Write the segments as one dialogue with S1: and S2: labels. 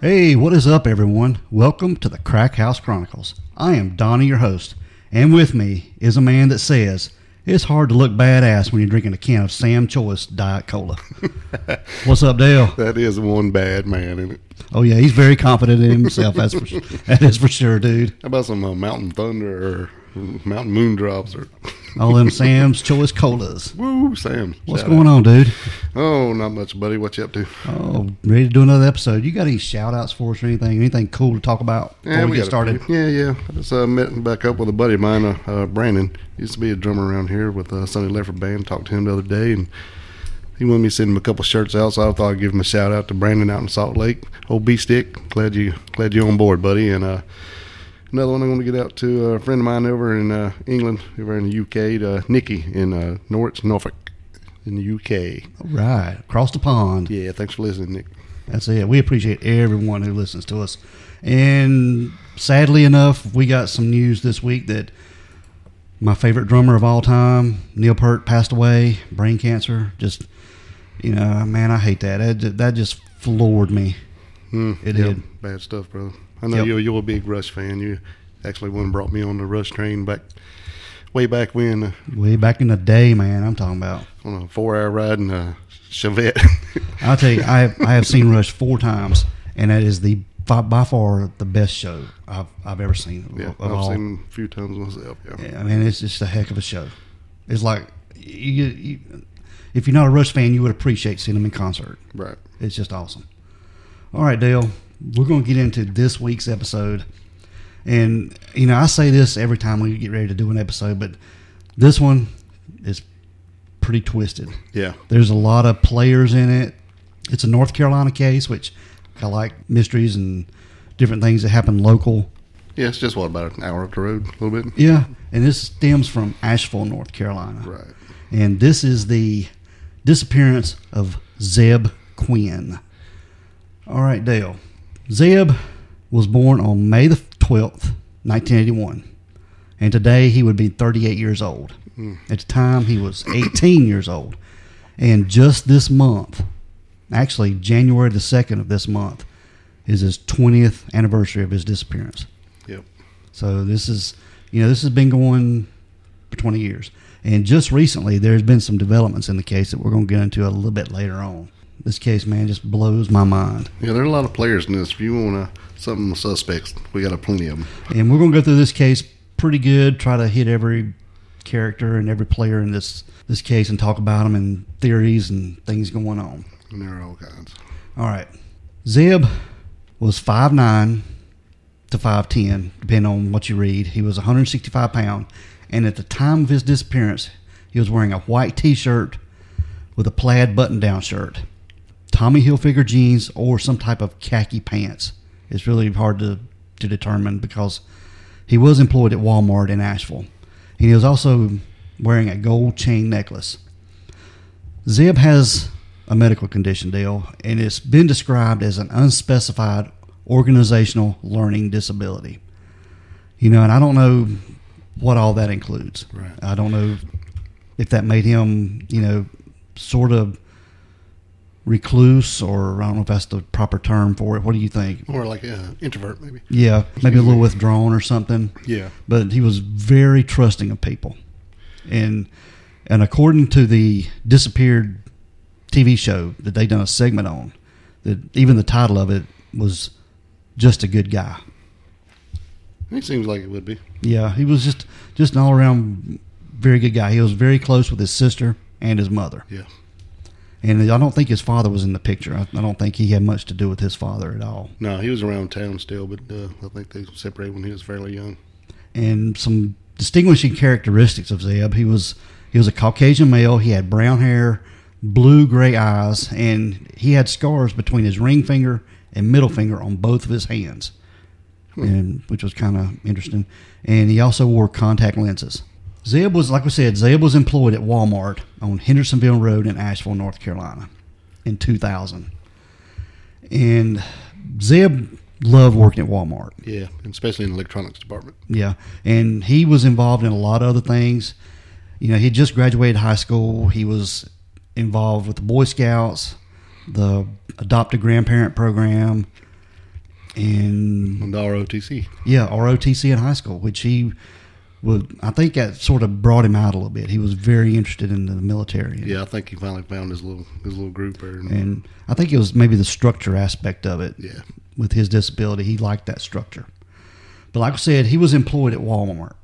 S1: Hey, what is up, everyone? Welcome to the Crack House Chronicles. I am Donnie, your host, and with me is a man that says it's hard to look badass when you're drinking a can of Sam Choice Diet Cola. What's up, Dale?
S2: That is one bad man in it.
S1: Oh yeah, he's very confident in himself. That's for, that is for sure, dude.
S2: How about some uh, Mountain Thunder or Mountain Moon Drops or
S1: All them Sam's Choice Colas.
S2: Woo Sam?
S1: What's going on, dude?
S2: Oh, not much, buddy. What you up to?
S1: Oh, ready to do another episode? You got any shout outs for us or anything? Anything cool to talk about before we, get
S2: got a
S1: started?
S2: few. Yeah, yeah. I just uh, met back up with a buddy of mine, uh, uh, Brandon. He used to be a drummer around here with uh, Sonny Lefford Band. Talked to him the other day, and he wanted me to send him a couple shirts out, so I thought I'd give him a shout out to Brandon out in Salt Lake. Old B Stick, glad you glad you on board, buddy. And uh, another one I'm going to get out to uh, a friend of mine over in uh, England, over in the UK, to, uh, Nikki in uh, Norwich, Norfolk, in the UK.
S1: All right, across the pond.
S2: Yeah, thanks for listening, Nick.
S1: That's it. We appreciate everyone who listens to us. And sadly enough, we got some news this week that my favorite drummer of all time, Neil Peart, passed away, brain cancer. Just, you know, man, I hate that. That, ju- that just floored me.
S2: Hmm,
S1: It
S2: yeah,
S1: did.
S2: bad stuff, brother. I know
S1: Yep.
S2: you're you're a big Rush fan. You actually one brought me on the Rush train back way back when uh,
S1: Way back in the day, man, I'm talking about.
S2: on a four hour ride in a Chevette.
S1: I'll tell you, I have, I have seen Rush four times, and that is the by, by far the best show I've, I've ever seen.
S2: yeah,
S1: of
S2: I've
S1: all.
S2: seen him a few times myself. Yeah.
S1: I mean, it's just a heck of a show. It's like you, you, if you're not a Rush fan, you would appreciate seeing them in concert.
S2: right.
S1: It's just awesome. All right, Dale, we're going to get into this week's episode, and you know I say this every time we get ready to do an episode, but this one is pretty twisted.
S2: Yeah.
S1: There's a lot of players in it. It's a North Carolina case, which I like mysteries and different things that happen local.
S2: Yeah, it's just what about an hour up the road, a little bit.
S1: Yeah, and this stems from Asheville, North Carolina.
S2: Right.
S1: And this is the disappearance of Zeb Quinn. All right, Dale. Zeb was born on May the 12th, 1981. And today he would be 38 years old. At the time, he was 18 years old. And just this month, actually January the 2nd of this month, is his 20th anniversary of his disappearance.
S2: Yep.
S1: So this is, you know, this has been going for 20 years. And just recently, there's been some developments in the case that we're going to get into a little bit later on. This case, man, just blows my mind.
S2: Yeah, there are a lot of players in this. If you want uh, something with suspects, we got a plenty of them.
S1: And we're going to go through this case pretty good, try to hit every character and every player in this, this case and talk about them and theories and things going on.
S2: And there are all kinds.
S1: All right. Zeb was 5'9 to 5'10, depending on what you read. He was 165 pounds, and at the time of his disappearance, he was wearing a white t shirt with a plaid button down shirt, Tommy Hilfiger jeans, or some type of khaki pants. It's really hard to, to determine because he was employed at Walmart in Asheville, and he was also wearing a gold chain necklace. Zeb has a medical condition, Dale, and it's been described as an unspecified organizational learning disability. You know, and I don't know what all that includes.
S2: Right.
S1: I don't know if that made him, you know, sort of recluse, or I don't know if that's the proper term for it. What do you think?
S2: Or like an uh, introvert, maybe.
S1: Yeah, maybe a little withdrawn or something
S2: Yeah.
S1: but he was very trusting of people. And and according to the disappeared TV show that they done a segment on, that even the title of it was just a good guy.
S2: He seems like it would be.
S1: Yeah, he was just just an all around very good guy. He was very close with his sister and his mother.
S2: Yeah.
S1: And I don't think his father was in the picture. I, I don't think he had much to do with his father at all.
S2: No, he was around town still, but uh, I think they separated when he was fairly young.
S1: and some distinguishing characteristics of Zeb. He was he was a Caucasian male. He had brown hair, blue gray eyes, and he had scars between his ring finger and middle finger on both of his hands, and which was kind of interesting. And he also wore contact lenses. Zeb was, like we said, Zeb was employed at Walmart on Hendersonville Road in Asheville, North Carolina, in 2000. And Zeb loved working at Walmart.
S2: Yeah, and especially in the electronics department.
S1: Yeah, and he was involved in a lot of other things. You know, he just graduated high school. He was involved with the Boy Scouts, the Adopt a Grandparent program, and
S2: And the ROTC.
S1: yeah, ROTC in high school, which he was. I think that sort of brought him out a little bit. He was very interested in the military. and-
S2: Yeah, I think he finally found his little his little group there. And,
S1: and I think it was maybe the structure aspect of it.
S2: yeah,
S1: With his disability, he liked that structure. But like I said, he was employed at Walmart,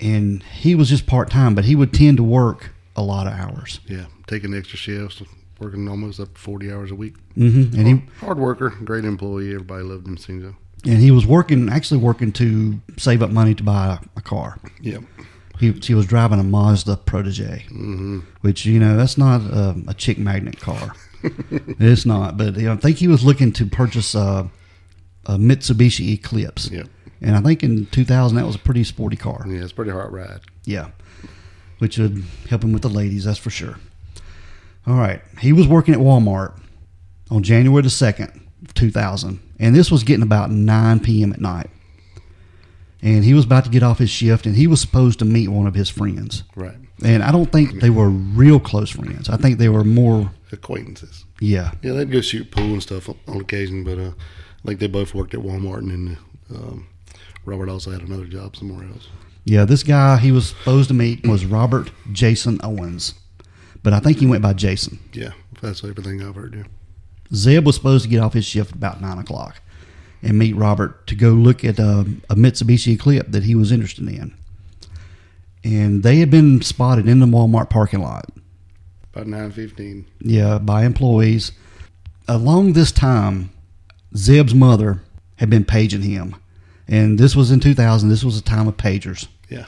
S1: and he was just part time, but he would tend to work a lot of hours.
S2: yeah, taking extra shifts, working almost up to forty hours a week.
S1: hmm And he
S2: Hard worker, great employee. Everybody loved him. Seems so.
S1: and he was working actually working to save up money to buy a, a car.
S2: Yep.
S1: He, he was driving a Mazda Protege,
S2: Mm-hmm.
S1: which you know that's not um, a chick magnet car. it's not, but you know, I think he was looking to purchase a, a Mitsubishi Eclipse,
S2: Yep.
S1: and I think in 2000 that was a pretty sporty car.
S2: Yeah, it's a pretty hard ride.
S1: Yeah, which would help him with the ladies, that's for sure. All right, he was working at Walmart on January the second, two thousand, and this was getting about nine p.m. at night. And he was about to get off his shift, and he was supposed to meet one of his friends.
S2: Right.
S1: And I don't think they were real close friends. I think they were more,
S2: Acquaintances.
S1: yeah,
S2: Yeah, they'd go shoot pool and stuff on occasion, but uh, like they both worked at Walmart, and then um, Robert also had another job somewhere else.
S1: yeah. This guy he was supposed to meet was Robert Jason Owens, but I think he went by Jason.
S2: Yeah, that's everything I've heard. Yeah.
S1: Zeb was supposed to get off his shift about nine o'clock and meet Robert to go look at a, a Mitsubishi Eclipse that he was interested in. And they had been spotted in the Walmart parking lot,
S2: About nine fifteen.
S1: yeah, by employees. Along this time, Zeb's mother had been paging him, and this was in 2000. This was a time of pagers,
S2: Yeah.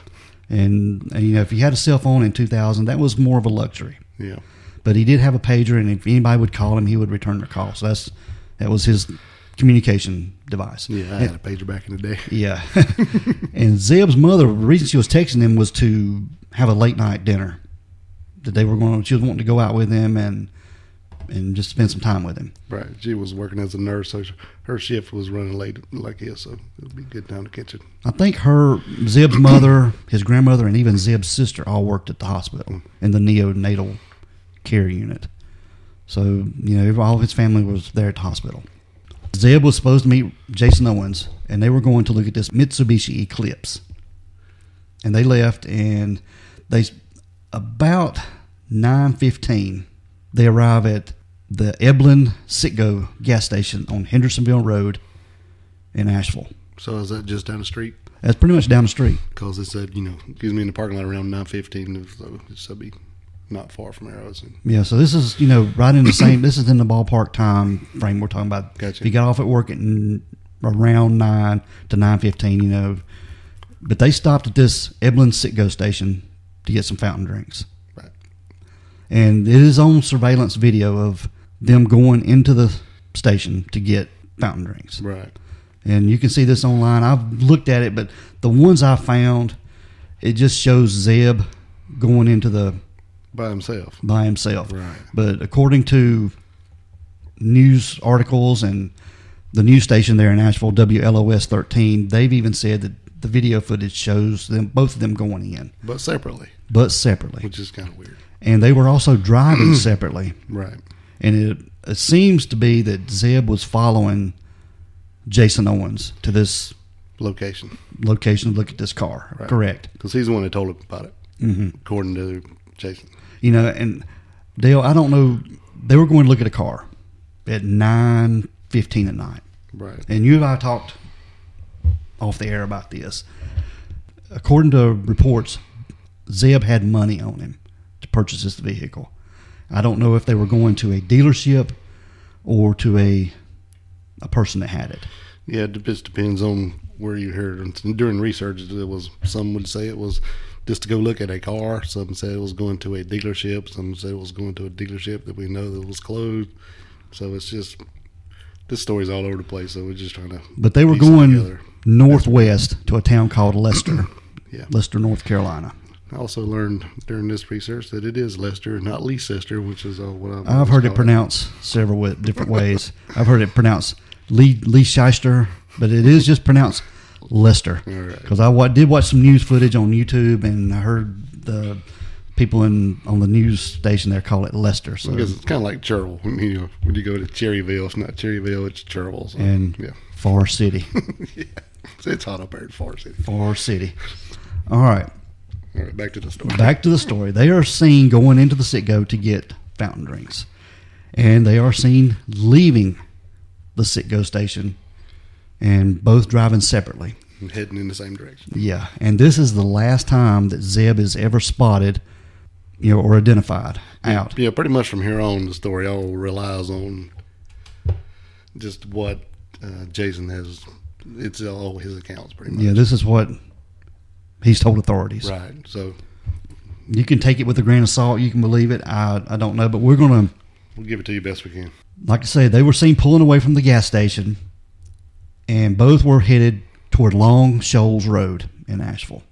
S1: and, and you know if you had a cell phone in 2000, that was more of a luxury.
S2: Yeah.
S1: But he did have a pager, and if anybody would call him, he would return the call. So that's that was his communication device.
S2: Yeah. I had a pager back in the day.
S1: Yeah. and Zeb's mother, the reason she was texting him was to have a late night dinner that they were going. She was wanting to go out with him and and just spend some time with him.
S2: Right. She was working as a nurse, so she- her shift was running late like his, so it would be a good time to catch it.
S1: I think her Zeb's mother, his grandmother, and even Zeb's sister all worked at the hospital in the neonatal care unit. So you know, all of his family was there at the hospital. Zeb was supposed to meet Jason Owens, and they were going to look at this Mitsubishi Eclipse. And they left, and they about nine fifteen, they arrive at the Eblin Sitgo gas station on Hendersonville Road in Asheville.
S2: So is that just down the street?
S1: That's pretty much down the street.
S2: Because it said, you know, excuse me, in the parking lot around nine fifteen, so it would be not far from arrows. And
S1: Yeah, so this is you know right in the same. This is in the ballpark time frame we're talking about.
S2: Gotcha.
S1: If you got off at work at n- around nine to nine fifteen, you know, but they stopped at this Eblin Sitgo station to get some fountain drinks,
S2: right.
S1: and it is on surveillance video of them going into the station to get fountain drinks,
S2: Right.
S1: and you can see this online. I've looked at it, but the ones I found, it just shows Zeb going into the
S2: By himself.
S1: by himself.
S2: Right.
S1: But according to news articles and the news station there in Asheville, WLOS 13, they've even said that the video footage shows them both of them going in,
S2: But separately,
S1: but separately,
S2: which is kind of weird.
S1: and they were also driving separately.
S2: Right.
S1: And it, it seems to be that Zeb was following Jason Owens to this
S2: Location.
S1: location to look at this car.
S2: Right.
S1: Correct.
S2: Because he's the one that told him about it, mm-hmm. according to Jason.
S1: you know and dale i don't know they were going to look at a car at nine fifteen at night
S2: Right.
S1: and you and i talked off the air about this according to reports zeb had money on him to purchase this vehicle i don't know if they were going to a dealership or to a a person that had it
S2: Yeah, it just depends on where you heard it. During research, it was some would say it was just to go look at a car. Some said it was going to a dealership. Some said it was going to a dealership that we know that was closed. So it's just this story's all over the place. So we're just trying to.
S1: but they were
S2: piece it
S1: going
S2: together.
S1: northwest to a town called lester
S2: Yeah.
S1: lester north carolina
S2: I also learned during this research that it is Lester, not Leicester, which is uh, what I've,
S1: I've
S2: always
S1: heard it
S2: called
S1: pronounced several wa- different ways. I've heard it pronounced Lee Lee Shyster, but it is just pronounced Lester.
S2: All right.
S1: Because I wa- did watch some news footage on YouTube, and I heard the people in on the news station there call it Lester. So
S2: Because it's kind of like Cherville. When you, when you go to Cherryville, it's not Cherryville, it's Cherville. So,
S1: and
S2: yeah.
S1: Far City,
S2: yeah. It's hot up there in Far City.
S1: Far City. All right,
S2: All right, back to the story.
S1: back to the story. They are seen going into the sitgo to get fountain drinks, and they are seen leaving the sitgo station, and both driving separately.
S2: I'm heading in the same direction.
S1: Yeah, and this is the last time that Zeb is ever spotted, you know, or identified out.
S2: Yeah, pretty much from here on, the story all relies on just what uh, Jason has. It's all his accounts, pretty much.
S1: Yeah, this is what he's told authorities.
S2: Right. So
S1: You can take it with a grain of salt. You can believe it. I, I don't know, but we're going to,
S2: we'll give it to you best we can.
S1: like I say, they were seen pulling away from the gas station, and both were headed toward Long Shoals Road in Asheville.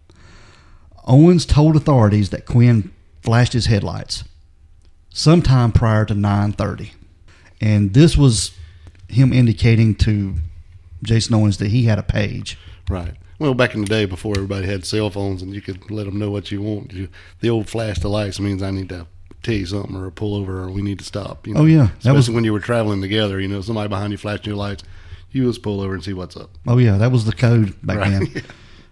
S1: Owens told authorities that Quinn flashed his headlights sometime prior to 9:30, and this was him indicating to Jason Owens that he had a page.
S2: Right. Well, back in the day, before everybody had cell phones and you could let them know what you want, you, the old flash the lights means I need to tell you something or pull over or we need to stop. You know?
S1: Oh, yeah. That
S2: Especially
S1: was-
S2: when you were traveling together, you know, somebody behind you flashing your lights, you just pull over and see what's up.
S1: Oh yeah, that was the code back
S2: Right.
S1: then.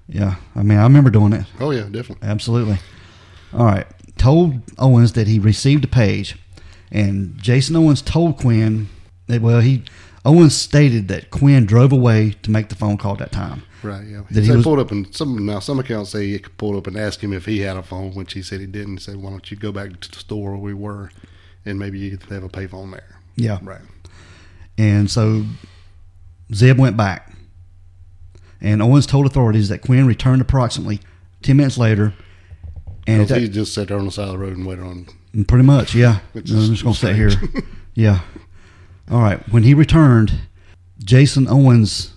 S1: yeah, I mean, I remember doing it.
S2: Oh, yeah, definitely.
S1: Absolutely. All right. Told Owens that he received a page, and Jason Owens told Quinn that well he Owens stated that Quinn drove away to make the phone call at that time.
S2: Right, yeah.
S1: That he
S2: they
S1: was-
S2: pulled up and some now some accounts say he pulled up and asked him if he had a phone, which he said he didn't. He said, "Why don't you go back to the store where we were, and maybe you could have a payphone there."
S1: Yeah.
S2: Right.
S1: And so Zeb went back, and Owens told authorities that Quinn returned approximately ten minutes later. And at that-
S2: Because he just sat there on the side of the road and waited on.
S1: Pretty much, yeah.
S2: Which
S1: I'm
S2: is
S1: just gonna sit here.
S2: strange.
S1: Yeah. All right. When he returned, Jason Owens,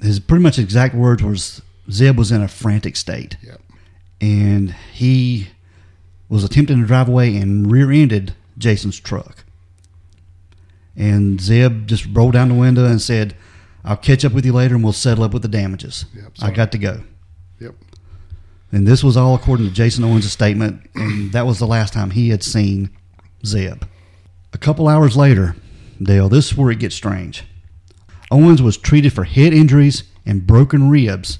S1: his pretty much exact words was Zeb was in a frantic state,
S2: Yeah.
S1: and he was attempting to drive away and rear-ended Jason's truck. And Zeb just rolled down the window and said, "I'll catch up with you later, and we'll settle up with the damages.
S2: Yep,
S1: I
S2: sorry.
S1: got to go."
S2: Yep.
S1: And this was all according to Jason Owens' statement, and that was the last time he had seen Zeb. A couple hours later, Dale, this is where it gets strange. Owens was treated for head injuries and broken ribs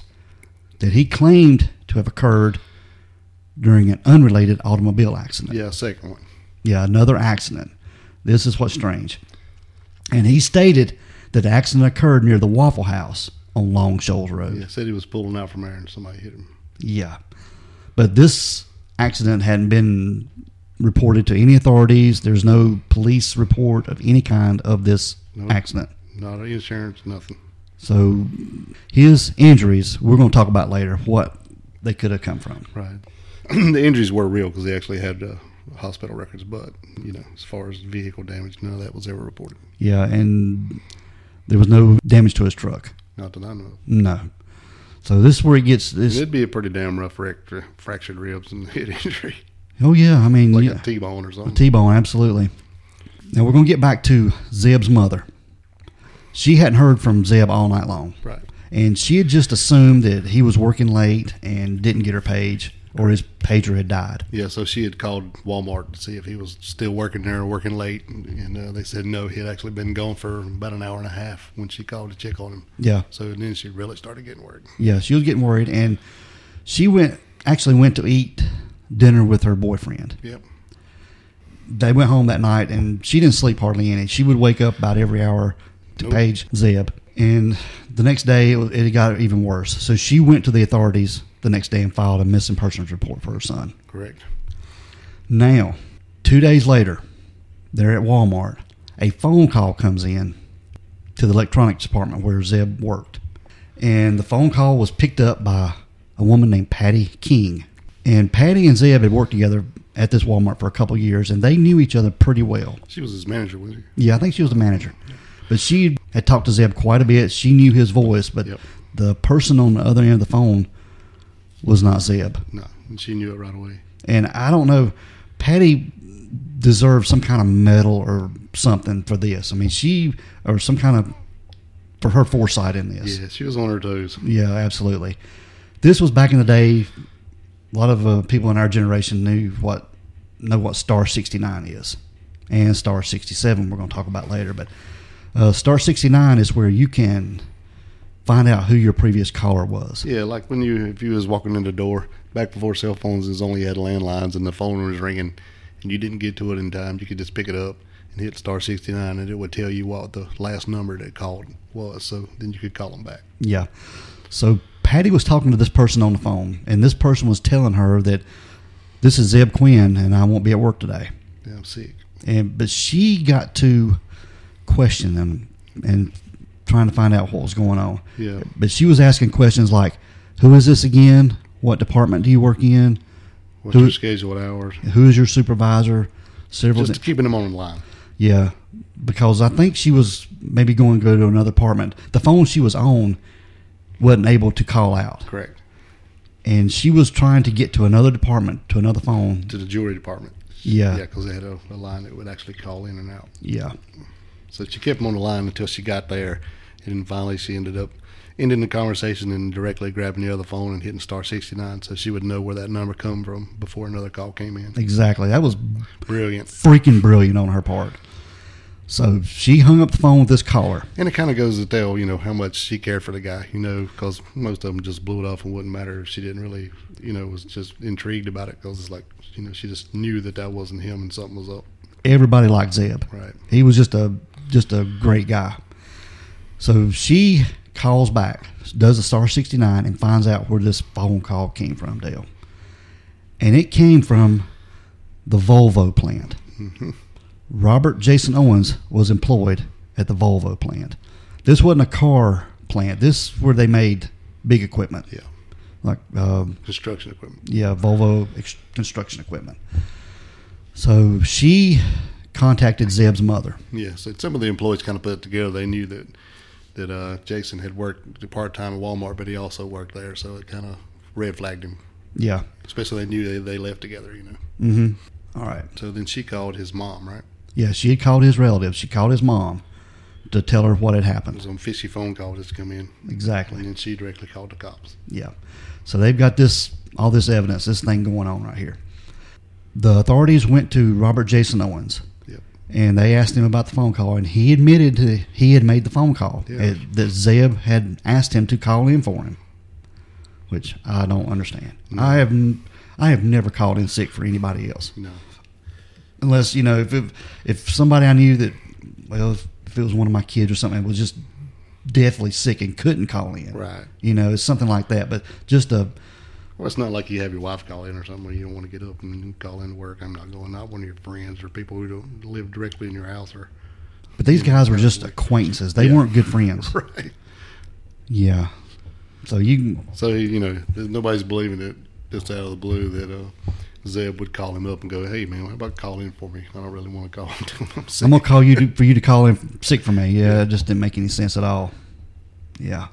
S1: that he claimed to have occurred during an unrelated automobile accident.
S2: Yeah. Second one.
S1: Yeah, another accident. This is what's strange. And he stated that the accident occurred near the Waffle House on Long Shoals Road.
S2: Yeah. Said he was pulling out from there and somebody hit him.
S1: Yeah. But this accident hadn't been reported to any authorities. There's no police report of any kind of this
S2: No.
S1: accident.
S2: Not insurance. Nothing.
S1: So his injuries, we're going to talk about later what they could have come from.
S2: Right. the injuries were real because they actually had uh, hospital records, but you know, as far as vehicle damage, none of that was ever reported.
S1: Yeah, and there was no damage to his truck.
S2: Not that I know. of.
S1: No. So this is where it gets this.
S2: It'd be a pretty damn rough wreck, fractured ribs and head injury,
S1: Oh yeah, I mean,
S2: like
S1: yeah.
S2: a T-bone or something.
S1: T-bone, absolutely. Now we're going to get back to Zeb's mother. She hadn't heard from Zeb all night long.
S2: Right.
S1: and she had just assumed that he was working late and didn't get her page or his pager had died.
S2: Yeah, so she had called Walmart to see if he was still working there or working late, and uh, they said no, he had actually been gone for about an hour and a half when she called to check on him.
S1: Yeah,
S2: So then she really started getting worried.
S1: yeah, she was getting worried and she went actually went to eat dinner with her boyfriend.
S2: Yep.
S1: They went home that night and she didn't sleep hardly any. She would wake up about every hour to
S2: Nope.
S1: page Zeb. And the next day it, was- it got even worse. So she went to the authorities the next day and filed a missing persons report for her son.
S2: Correct.
S1: Now, two days later, they're at Walmart. A phone call comes in to the electronics department where Zeb worked. And the phone call was picked up by a woman named Patty King. And Patty and Zeb had worked together at this Walmart for a couple years and they knew each other pretty well.
S2: She was his manager, wasn't she?
S1: Yeah, I think she was the manager. But she had talked to Zeb quite a bit. She knew his voice, but
S2: Yep.
S1: the person on the other end of the phone was not Zeb
S2: No, and she knew it right away.
S1: and I don't know. Patty deserves some kind of medal or something for this. I mean, she or some kind of for her foresight in this.
S2: Yeah, she was on her toes.
S1: Yeah, absolutely. This was back in the day a lot of uh, people in our generation knew what know what Star 69 is, and Star 67 we're going to talk about later. But uh, Star 69 is where you can find out who your previous caller was.
S2: Yeah, like when you if you was walking in the door back before cell phones is only had landlines and the phone was ringing and you didn't get to it in time, you could just pick it up and hit star sixty nine and it would tell you what the last number that called was. So then you could call them back.
S1: Yeah. So Patty was talking to this person on the phone, and this person was telling her that this is Zeb Quinn, and I won't be at work today.
S2: Yeah, I'm sick.
S1: And but she got to question them and trying to find out what was going on.
S2: Yeah.
S1: But she was asking questions like, "Who is this again? What department do you work in?
S2: What's
S1: Do
S2: your
S1: it-
S2: schedule? What hours?
S1: Who is your supervisor?" Several.
S2: Just
S1: thi-
S2: keeping them on the line.
S1: yeah, because I think she was maybe going to go to another apartment. The phone she was on wasn't able to call out,
S2: Correct.
S1: and she was trying to get to another department, to another phone.
S2: To the jewelry department. Yeah,
S1: Yeah,
S2: because they had a, a line that would actually call in and out.
S1: yeah,
S2: So she kept them on the line until she got there, and then finally she ended up ending the conversation and directly grabbing the other phone and hitting star sixty nine, so she would know where that number come from before another call came in.
S1: exactly. That was
S2: Brilliant,
S1: freaking brilliant on her part. So she hung up the phone with this caller.
S2: and it kind of goes to tell you know how much she cared for the guy, you know, because most of them just blew it off and wouldn't matter if she didn't really, you know, was just intrigued about it because it's like you know she just knew that that wasn't him and something was up.
S1: Everybody liked Zeb.
S2: Right.
S1: He was just a just a great guy. So she calls back, does a star sixty nine, and finds out where this phone call came from, Dale. And it came from the Volvo plant. Robert Jason Owens was employed at the Volvo plant. This wasn't a car plant. This where they made big equipment,
S2: Yeah,
S1: like um,
S2: construction equipment.
S1: yeah, Volvo ex- construction equipment. So she contacted Zeb's mother.
S2: Yeah, so some of the employees kind of put it together. They knew that that uh, Jason had worked part time at Walmart, but he also worked there, so it kind of red flagged him.
S1: Yeah.
S2: Especially they knew they, they left together, you know.
S1: Mm-hmm. All right.
S2: So then she called his mom, right?
S1: Yeah, she had called his relatives. She called his mom to tell her what had
S2: It
S1: happened.
S2: was on fishy phone call just come in, and
S1: Exactly.
S2: then she directly called the cops.
S1: Yeah. So they've got this all this evidence, this thing going on right here. The authorities went to Robert Jason Owens
S2: Yep.
S1: and they asked him about the phone call, and he admitted to, he had made the phone call
S2: Yeah.
S1: eh, that Zeb had asked him to call in for him, which I don't understand. I have n- I have never called in sick for anybody else,
S2: You know,
S1: unless you know if if, if somebody I knew that well if, if it was one of my kids or something was just deathly sick and couldn't call in,
S2: right?
S1: You know, it's something like that. But just a
S2: Well, it's not like you have your wife call in or something where you don't want to get up and call in to work. I'm not going. Not one of your friends or people who don't live directly in your house or
S1: but these guys were just acquaintances; they
S2: Yeah.
S1: weren't good friends.
S2: right.
S1: Yeah. So you can-
S2: So you know, there's- nobody's believing it just out of the blue that uh, Zeb would call him up and go, "Hey man, how about call in for me? I don't really want to call until I'm sick."
S1: I'm gonna call you to, for you to call in sick for me. Yeah, it just didn't make any sense at all. Yeah,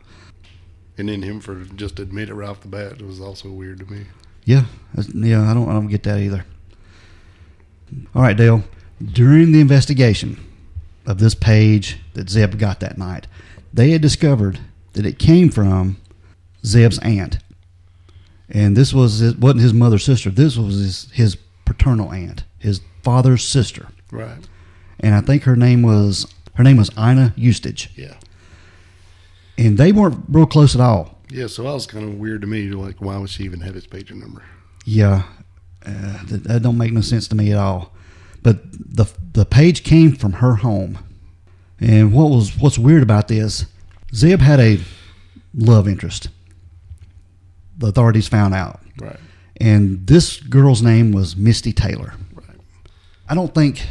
S2: and then him for just admit it right off the bat was also weird to me.
S1: yeah, That's- yeah. I don't, I don't get that either. All right, Dale. During the investigation of this page that Zeb got that night, they had discovered that it came from Zeb's aunt, and this was his, wasn't his mother's sister. This was his, his paternal aunt, his father's sister,
S2: Right.
S1: and I think her name was her name was Ina Eustich.
S2: Yeah.
S1: and they weren't real close at all.
S2: Yeah. So that was kind of weird to me. Like, why would she even have his pager number?
S1: Yeah, uh, that, that don't make no sense to me at all. But the the page came from her home, and what was what's weird about this? Zeb had a love interest. The authorities found out,
S2: Right.
S1: and this girl's name was Misty Taylor.
S2: Right.
S1: I don't think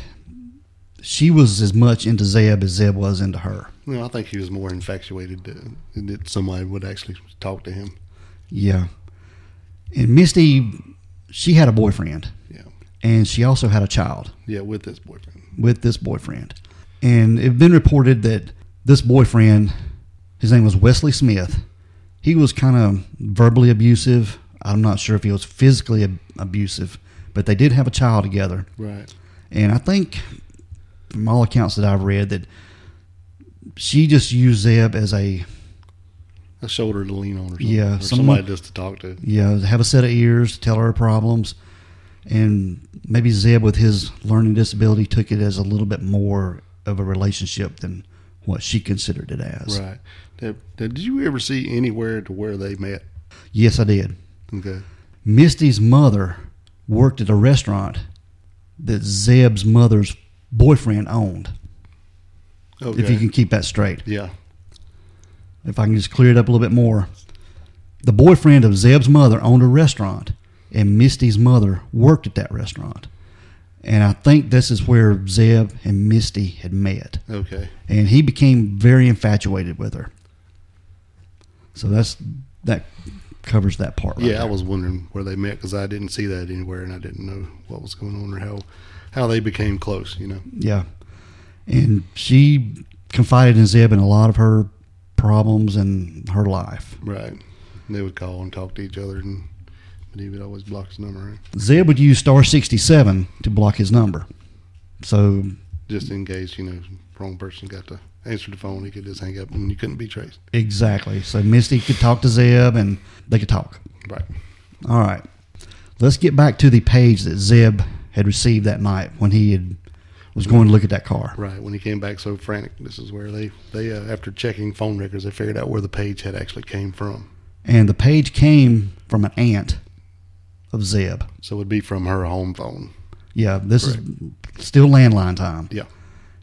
S1: she was as much into Zeb as Zeb was into her.
S2: You know, I think he was more infatuated that, that somebody would actually talk to him.
S1: Yeah, and Misty, she had a boyfriend,
S2: Yeah.
S1: and she also had a child.
S2: Yeah. With his boyfriend.
S1: with this boyfriend. And it had been reported that this boyfriend, his name was Wesley Smith, he was kind of verbally abusive. I'm not sure if he was physically ab- abusive, but they did have a child together.
S2: Right.
S1: And I think, from all accounts that I've read, that she just used Zeb as a,
S2: a shoulder to lean on, or something.
S1: Yeah,
S2: or
S1: someone-
S2: somebody just to talk to.
S1: Yeah, have a set of ears to tell her problems. And maybe Zeb, with his learning disability, took it as a little bit more of a relationship than what she considered it as.
S2: Right. Now, now, did you ever see anywhere to where they met?
S1: Yes, I did.
S2: Okay.
S1: Misty's mother worked at a restaurant that Zeb's mother's boyfriend owned,
S2: Okay.
S1: if you can keep that straight.
S2: yeah.
S1: if I can just clear it up a little bit more. The boyfriend of Zeb's mother owned a restaurant, and Misty's mother worked at that restaurant. And I think this is where Zeb and Misty had met,
S2: Okay.
S1: and he became very infatuated with her. So that's that covers that part. Right
S2: Yeah, I
S1: there.
S2: was wondering where they met because I didn't see that anywhere, and I didn't know what was going on or how how they became close. You know.
S1: yeah. And she confided in Zeb in a lot of her problems and her life.
S2: Right. And they would call and talk to each other, and but he would always block his number right?
S1: Zeb would use star sixty seven to block his number. So
S2: just in case you know wrong person got to answer the phone. He could just hang up, and you couldn't be traced.
S1: Exactly. So Misty could talk to Zeb and they could talk.
S2: Right.
S1: All right. Let's get back to the page that Zeb had received that night when he had was going to look at that car.
S2: Right. When he came back so frantic, this is where they they uh, after checking phone records, they figured out where the page had actually came from.
S1: And the page came from an aunt of Zeb.
S2: So it would be from her home phone.
S1: Yeah, this is still landline time.
S2: Yeah.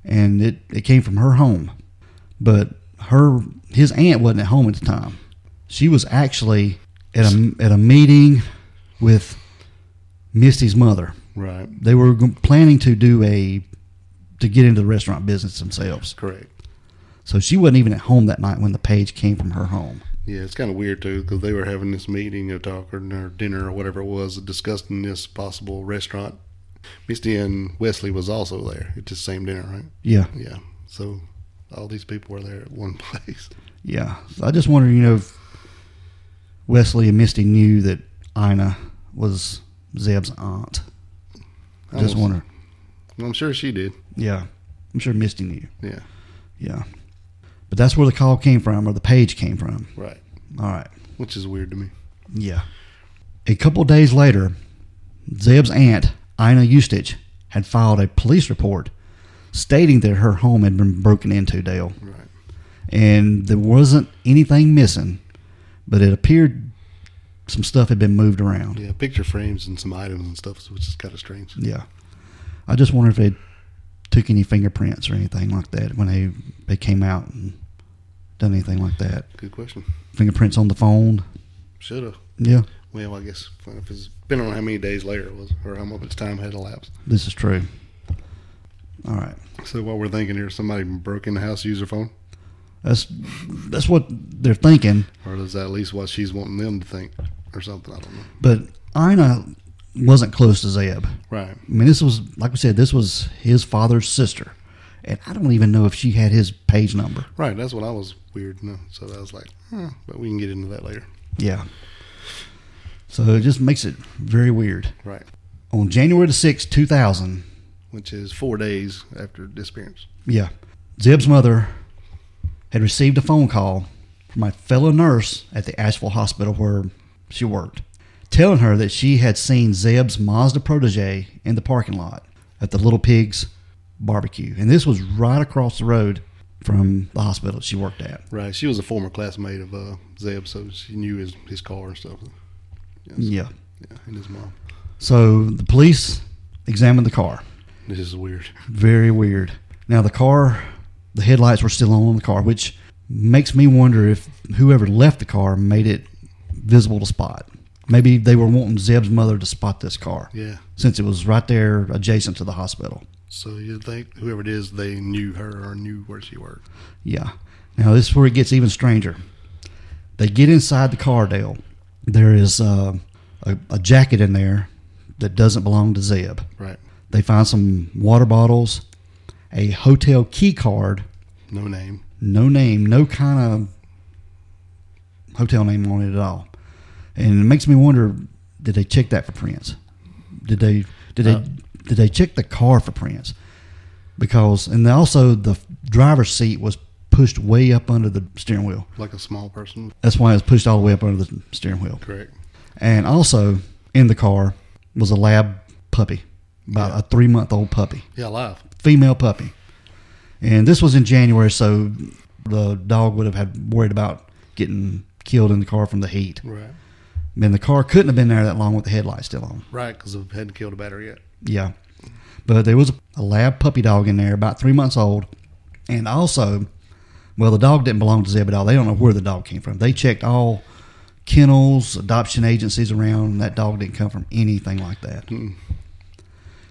S1: And it, it came from her home. But her his aunt wasn't at home at the time. She was actually at a at a meeting with Misty's mother.
S2: Right.
S1: they were g- planning to do a to get into the restaurant business themselves.
S2: Correct.
S1: So she wasn't even at home that night when the page came from her home.
S2: Yeah, it's kind of weird too because they were having this meeting or talk or, or dinner or whatever it was, discussing this possible restaurant. Misty and Wesley was also there at the same dinner, right?
S1: Yeah,
S2: Yeah. So all these people were there at one place.
S1: yeah. So I just wonder, you know, if Wesley and Misty knew that Ina was Zeb's aunt. I just
S2: Almost-
S1: wonder.
S2: I'm sure she did.
S1: Yeah, I'm sure Misty knew.
S2: Yeah.
S1: Yeah, but that's where the call came from, or the page came from.
S2: Right.
S1: All right.
S2: Which is weird to me.
S1: Yeah. A couple days later, Zeb's aunt, Ina Eustich, had filed a police report stating that her home had been broken into, Dale,
S2: Right.
S1: and there wasn't anything missing, but it appeared some stuff had been moved around.
S2: Yeah. Picture frames and some items and stuff, which is kind of strange.
S1: Yeah. I just wonder if they took any fingerprints or anything like that when they, they came out and done anything like that.
S2: Good question.
S1: Fingerprints on the phone.
S2: Should have.
S1: Yeah,
S2: Well, I guess if it's depending on how many days later it was or how much time had elapsed.
S1: this is true. All right.
S2: So while we're thinking here, somebody broke in the house, user phone,
S1: That's that's what they're thinking.
S2: or is that at least what she's wanting them to think, or something? I don't know.
S1: But Ina wasn't close to Zeb.
S2: Right.
S1: I mean, this was like we said, this was his father's sister, and I don't even know if she had his page number.
S2: Right. That's what I was weird. No. So I was like, huh, but we can get into that later.
S1: Yeah. So it just makes it very weird.
S2: Right.
S1: On January the sixth, two thousand,
S2: Which is four days after disappearance.
S1: yeah, Zeb's mother had received a phone call from a fellow nurse at the Asheville hospital where she worked, telling her that she had seen Zeb's Mazda protege in the parking lot at the Little Pigs barbecue. And this was right across the road from the hospital she worked at.
S2: Right. She was a former classmate of uh, Zeb, so she knew his his car and stuff. Yes.
S1: Yeah.
S2: Yeah. And his mom.
S1: So the police examined the car.
S2: This is weird.
S1: Very weird. Now the car, the headlights were still on the car, which makes me wonder if whoever left the car made it visible to spot. Maybe they were wanting Zeb's mother to spot this car
S2: Yeah.
S1: since it was right there adjacent to the hospital.
S2: So you think whoever it is, they knew her or knew where she worked.
S1: Yeah. Now this is where it gets even stranger. They get inside the car, Dale. There is uh, a, a jacket in there that doesn't belong to Zeb.
S2: Right.
S1: They find some water bottles, a hotel key card
S2: No name.
S1: no name, no kind of hotel name on it at all. And it makes me wonder: Did they check that for prints? Did they did they
S2: Uh.
S1: did they check the car for prints? Because and also the driver's seat was pushed way up under the steering wheel.
S2: like a small person.
S1: That's why it was pushed all the way up under the steering wheel.
S2: Correct.
S1: And also in the car was a lab puppy, about a three month old puppy,
S2: Yeah, alive.
S1: female puppy. And this was in January, so the dog would have had worried about getting killed in the car from the heat.
S2: Right.
S1: And the car couldn't have been there that long with the headlights still on.
S2: Right, because I hadn't killed a battery yet.
S1: Yeah. But there was a lab puppy dog in there, about three months old. And also, well, the dog didn't belong to Zeb at all. They don't know where the dog came from. They checked all kennels, adoption agencies around, and that dog didn't come from anything like that.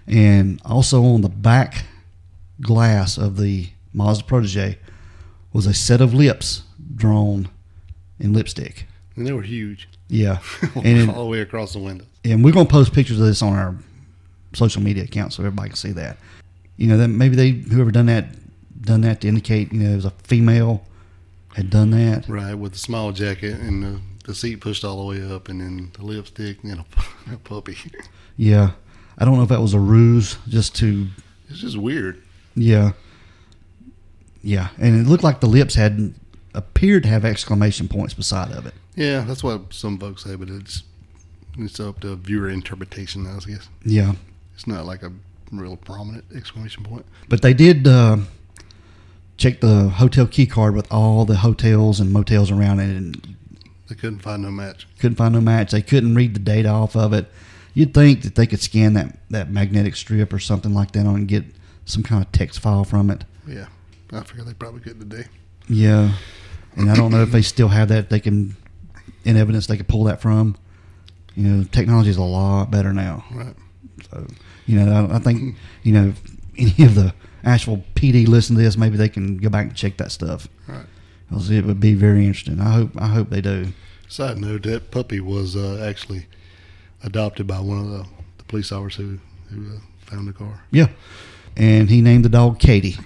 S1: And also on the back glass of the Mazda Protege was a set of lips drawn in lipstick.
S2: And they were huge,
S1: Yeah. And it,
S2: all the way across the windows.
S1: and we're going to post pictures of this on our social media account so everybody can see that. You know, that maybe they whoever done that done that to indicate you know it was a female had done that.
S2: Right, with the small jacket and the, the seat pushed all the way up, and then the lipstick and then a, pu- a puppy.
S1: Yeah, I don't know if that was a ruse just to
S2: It's just weird.
S1: yeah, yeah, and it looked like the lips had appeared to have exclamation points beside of it.
S2: Yeah, that's what some folks say, but it's it's up to viewer interpretation, I guess.
S1: Yeah,
S2: It's not like a real prominent exclamation point.
S1: but they did uh, check the hotel key card with all the hotels and motels around it and
S2: They couldn't find no match.
S1: couldn't find no match. They couldn't read the data off of it. You'd think that they could scan that, that magnetic strip or something like that on and get some kind of text file from it.
S2: Yeah, I figure they probably could today.
S1: Yeah. And I don't know if they still have that. They can, in evidence, they could pull that from. You know, technology is a lot better now.
S2: Right.
S1: So, you know, I, I think, you know, if any of the actual PD listen to this, maybe they can go back and check that stuff.
S2: Right.
S1: 'Cause it would be very interesting. I hope, I hope they do.
S2: Side note: that puppy was uh, actually adopted by one of the, the police officers who who uh, found the car.
S1: Yeah. And he named the dog Katie.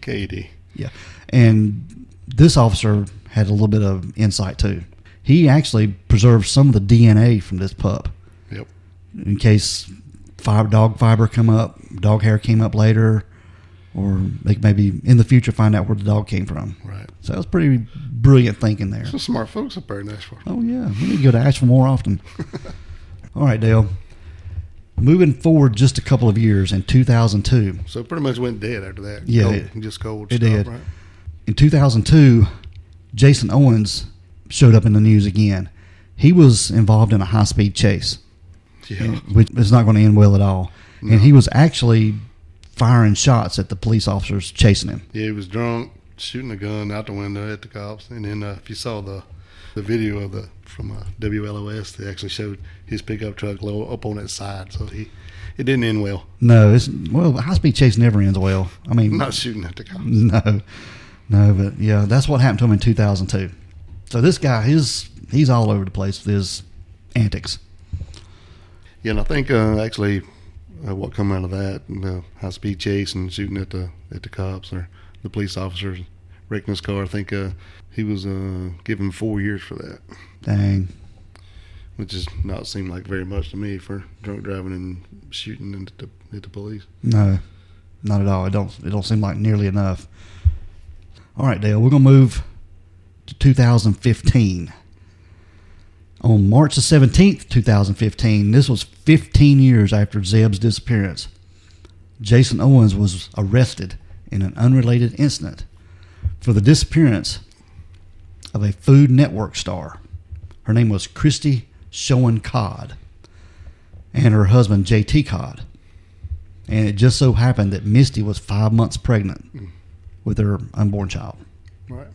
S2: Katie.
S1: Yeah. And this officer had a little bit of insight too. He actually preserved some of the DNA from this pup
S2: Yep.
S1: in case fiber, dog fiber come up, dog hair came up later, or they could maybe in the future find out where the dog came from.
S2: Right.
S1: So that was pretty brilliant thinking there.
S2: Some smart folks up there in Nashville.
S1: Oh yeah, we need to go to Asheville more often. All right, Dale. Moving forward just a couple of years in 2002,
S2: So it pretty much went dead after that.
S1: Yeah,
S2: Cold-
S1: it-
S2: just cold.
S1: it
S2: stuff,
S1: did.
S2: Right?
S1: in 2002, Jason Owens showed up in the news again. He was involved in a high speed chase,
S2: Yeah.
S1: which is not going to end well at all. And he was actually firing shots at the police officers chasing him.
S2: Yeah, he was drunk, shooting a gun out the window at the cops. And then uh, if you saw the the video of the from uh, WLOS, they actually showed his pickup truck low up on its side. So he it didn't end well.
S1: No, it's well, high speed chase never ends well. I mean,
S2: Not shooting at the cops.
S1: no, no, but yeah, that's what happened to him in 2002. So this guy, his he's all over the place with his antics.
S2: Yeah, and I think uh, actually uh, what come out of that the high speed chase and shooting at the at the cops or the police officers wrecking his car. I think uh, he was uh, given four years for that.
S1: Dang.
S2: which does not seem like very much to me for drunk driving and shooting at the, at the police.
S1: No, not at all. It don't. It don't seem like nearly enough. All right, Dale. We're gonna move to 2015. On March the 17th, 2015, this was 15 years after Zeb's disappearance. Jason Owens was arrested in an unrelated incident for the disappearance of a Food Network star. Her name was Christy Showen Codd and her husband, JT Codd. And it just so happened that Misty was five months pregnant with her unborn child.
S2: Right.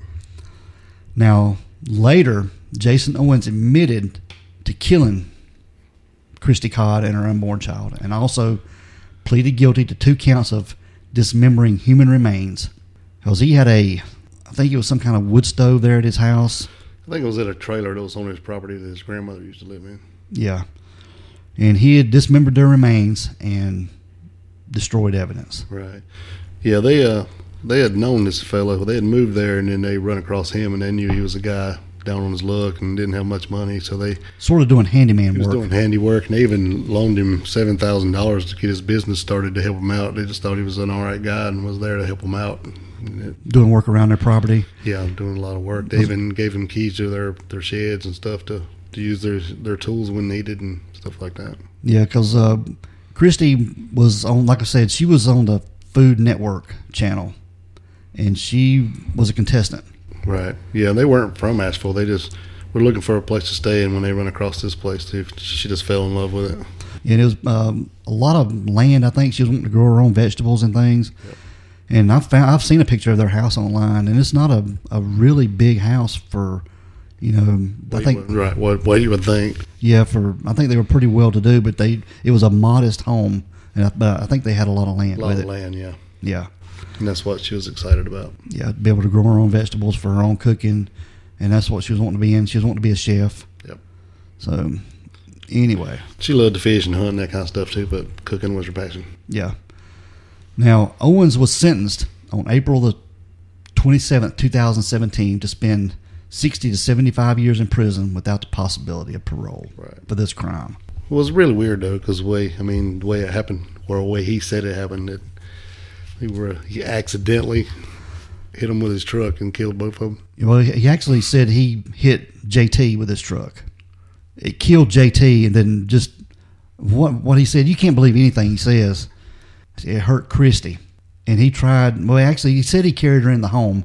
S1: Now, later, Jason Owens admitted to killing Christy Codd and her unborn child and also pleaded guilty to two counts of dismembering human remains. Because he had a, I think it was some kind of wood stove there at his house.
S2: I think it was at a trailer that was on his property that his grandmother used to live in.
S1: Yeah. And he had dismembered their remains and destroyed evidence.
S2: Right. Yeah, they uh they had known this fellow. They had moved there, and then they run across him, and they knew he was a guy down on his luck and didn't have much money, so they
S1: Sort of doing handyman
S2: he was
S1: work.
S2: doing handiwork, and they even loaned him seven thousand dollars to get his business started to help him out. They just thought he was an all right guy and was there to help him out.
S1: doing work around their property.
S2: Yeah, doing a lot of work. They even gave him keys to their, their sheds and stuff to, to use their their tools when needed and stuff like that.
S1: Yeah, because uh, Christy was on, like I said, she was on the Food Network channel, and she was a contestant.
S2: Right. Yeah, they weren't from Asheville. They just were looking for a place to stay, and when they ran across this place, they, she just fell in love with it.
S1: and it was um, a lot of land. I think she was wanting to grow her own vegetables and things. And I've found I've seen a picture of their house online, and it's not a, a really big house for, you know, I
S2: What you
S1: think
S2: would- right. What what you would think?
S1: yeah for I think they were pretty well to do, but they it was a modest home, and I, but I think they had a lot of land
S2: A lot
S1: with
S2: of
S1: it.
S2: land. Yeah,
S1: Yeah,
S2: and that's what she was excited about.
S1: yeah, to be able to grow her own vegetables for her own cooking, and that's what she was wanting to be in. She was wanting to be a chef.
S2: Yep.
S1: So anyway,
S2: She loved to fish and hunt and that kind of stuff too, but cooking was her passion.
S1: Yeah. Now, Owens was sentenced on April the 27th, 2017, to spend 60 to 75 years in prison without the possibility of parole
S2: Right.
S1: for this crime.
S2: It was really weird though, because the way I mean, the way it happened, or the way he said it happened, that he were he accidentally hit him with his truck and killed both of them.
S1: Well, he- he actually said he hit JT with his truck. It killed JT, and then just what what he said. You can't believe anything he says. It hurt Christy, and he tried. Well, actually, he said he carried her in the home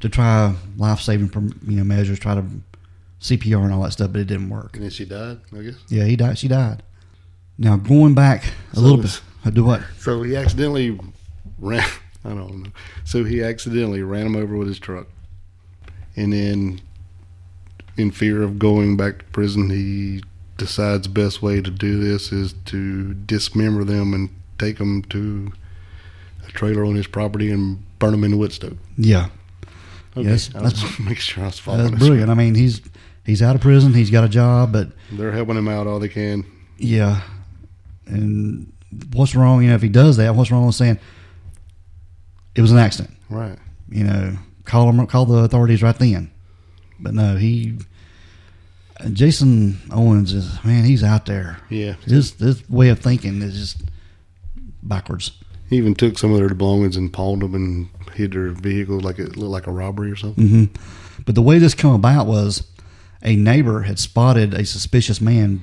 S1: to try life saving you know measures, try to CPR and all that stuff, but it didn't work.
S2: And then she died, I guess.
S1: Yeah, he died. She died. Now going back a
S2: So
S1: little bit.
S2: this-
S1: I do what?
S2: So he accidentally ran. I don't know. So he accidentally ran him over with his truck, and then, in fear of going back to prison, he decides the best way to do this is to dismember them and take them to a trailer on his property and burn them in Woodstoke.
S1: Yeah,
S2: Okay,
S1: Yes,
S2: I was
S1: that's-
S2: just making sure I was following.
S1: that's
S2: this.
S1: brilliant. I mean, he's he's out of prison. He's got a job, but
S2: They're helping him out all they can.
S1: Yeah. And what's wrong, you know, if he does that, what's wrong with saying it was an accident?
S2: Right.
S1: You know, call him, call the authorities right then. But no, he, Jason Owens is, man, he's out there.
S2: Yeah.
S1: This, this way of thinking is just backwards.
S2: He even took some of their belongings and pawned them and hid their vehicles like it looked like a robbery or something.
S1: hmm But the way this come about was a neighbor had spotted a suspicious man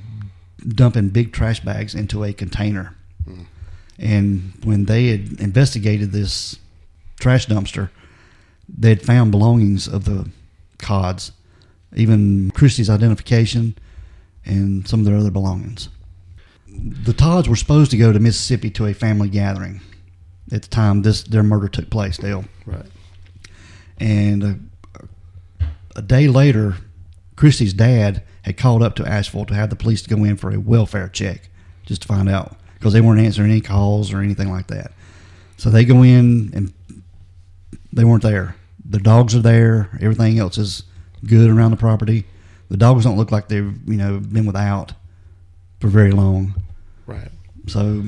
S1: dumping big trash bags into a container. And when they had investigated this trash dumpster, they had found belongings of the Cods, even Christie's identification, and some of their other belongings. The Todds were supposed to go to Mississippi to a family gathering at the time this their murder took place, Dale.
S2: Right.
S1: And a, a day later, Christy's dad had called up to Asheville to have the police to go in for a welfare check just to find out because they weren't answering any calls or anything like that. So they go in and they weren't there. The dogs are there. Everything else is good around the property. The dogs don't look like they've you know been without for very long.
S2: Right.
S1: So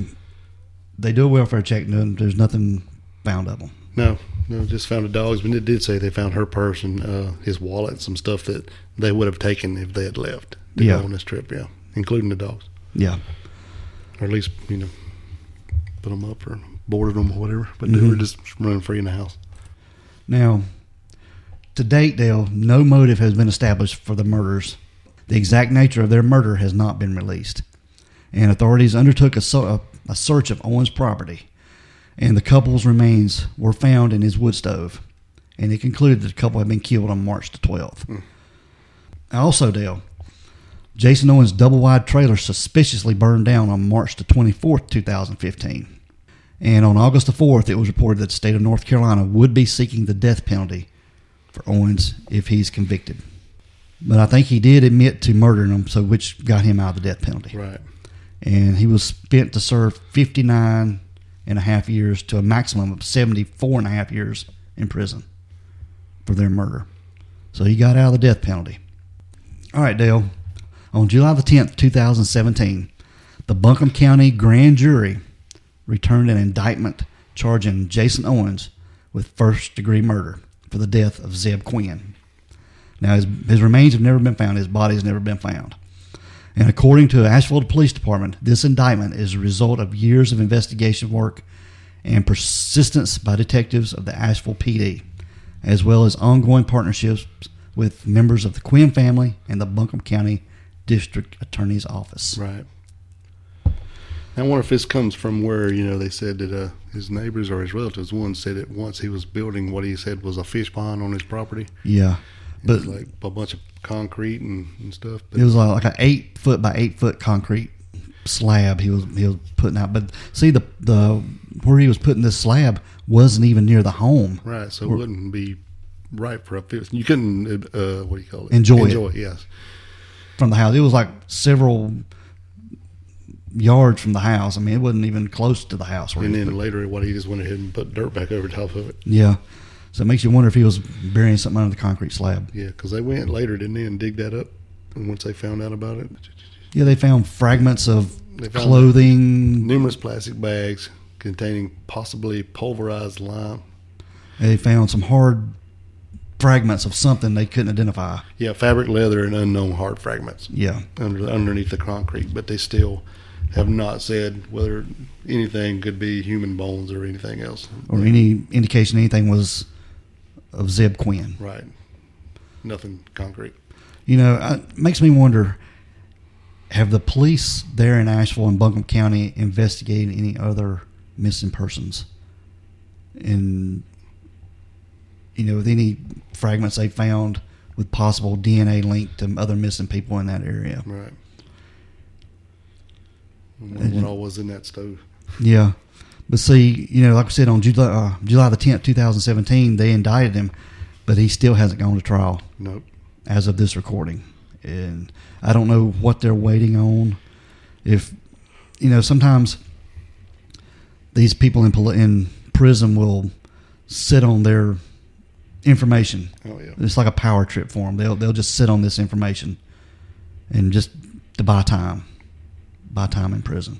S1: they do a welfare check and there's nothing found of them.
S2: No, no, just found the dogs. But it did say they found her purse and uh, his wallet, some stuff that they would have taken if they had left to
S1: Yeah.
S2: go on this trip. Yeah, including the dogs,
S1: Yeah.
S2: or at least you know, put them up or boarded them or whatever. But they were
S1: Mhm.
S2: just running free in the house.
S1: Now, to date, Dale, no motive has been established for the murders. The exact nature of their murder has not been released, and authorities undertook a, so- a, a search of Owen's property, and the couple's remains were found in his wood stove, and it concluded that the couple had been killed on March the 12th. Also, Dale, Jason Owen's double-wide trailer suspiciously burned down on March the 24th, 2015. And on August the 4th, it was reported that the state of North Carolina would be seeking the death penalty for Owens if he's convicted. But I think he did admit to murdering him, so which got him out of the death penalty.
S2: Right.
S1: And he was spent to serve 59 and a half years to a maximum of 74 and a half years in prison for their murder. So he got out of the death penalty. All right, Dale. On July the 10th, 2017, the Buncombe County Grand Jury returned an indictment charging Jason Owens with first degree murder for the death of Zeb Quinn. Now, his, his remains have never been found, his body has never been found. And according to the Asheville Police Department, this indictment is a result of years of investigation work and persistence by detectives of the Asheville PD, as well as ongoing partnerships with members of the Quinn family and the Buncombe County District Attorney's Office.
S2: Right. I wonder if this comes from where you know they said that uh, his neighbors or his relatives. One said that once he was building what he said was a fish pond on his property,
S1: Yeah.
S2: it was
S1: But
S2: like a bunch of concrete and, and stuff. But
S1: It was like an eight foot by eight foot concrete slab he was he was putting out. But see the the where he was putting this slab wasn't even near the home.
S2: right, so it wouldn't be right for a fish. You couldn't uh, what do you call it?
S1: Enjoy it.
S2: enjoy it. Yes,
S1: from the house. It was like several yards from the house. I mean, it wasn't even close to the house. Where
S2: and
S1: he-
S2: then later, what he just went ahead and put dirt back over top of it.
S1: yeah. So it makes you wonder if he was burying something under the concrete slab.
S2: Yeah, because they went later, didn't they, and dig that up. And once they found out about it,
S1: Yeah, they found fragments of
S2: They found-
S1: clothing.
S2: numerous plastic bags containing possibly pulverized lime.
S1: They found some hard fragments of something they couldn't identify.
S2: Yeah, fabric, leather, and unknown hard fragments
S1: Yeah.
S2: under underneath the concrete, but they still have not said whether anything could be human bones or anything else.
S1: Or any indication anything was of Zeb Quinn.
S2: Right. Nothing concrete.
S1: You know, I- it makes me wonder have the police there in Asheville and Buncombe County investigated any other missing persons? And, you know, with any fragments they found with possible DNA linked to other missing people in that area?
S2: Right. What what all was in that stove?
S1: Yeah. But see, you know, like we said on July, uh, July the 10th, 2017, they indicted him, but he still hasn't gone to trial.
S2: Nope.
S1: as of this recording. And I don't know what they're waiting on. If you know, sometimes these people in poli- in prison will sit on their information.
S2: Oh yeah.
S1: It's like a power trip for them. They'll they'll just sit on this information and just to buy time, buy time in prison.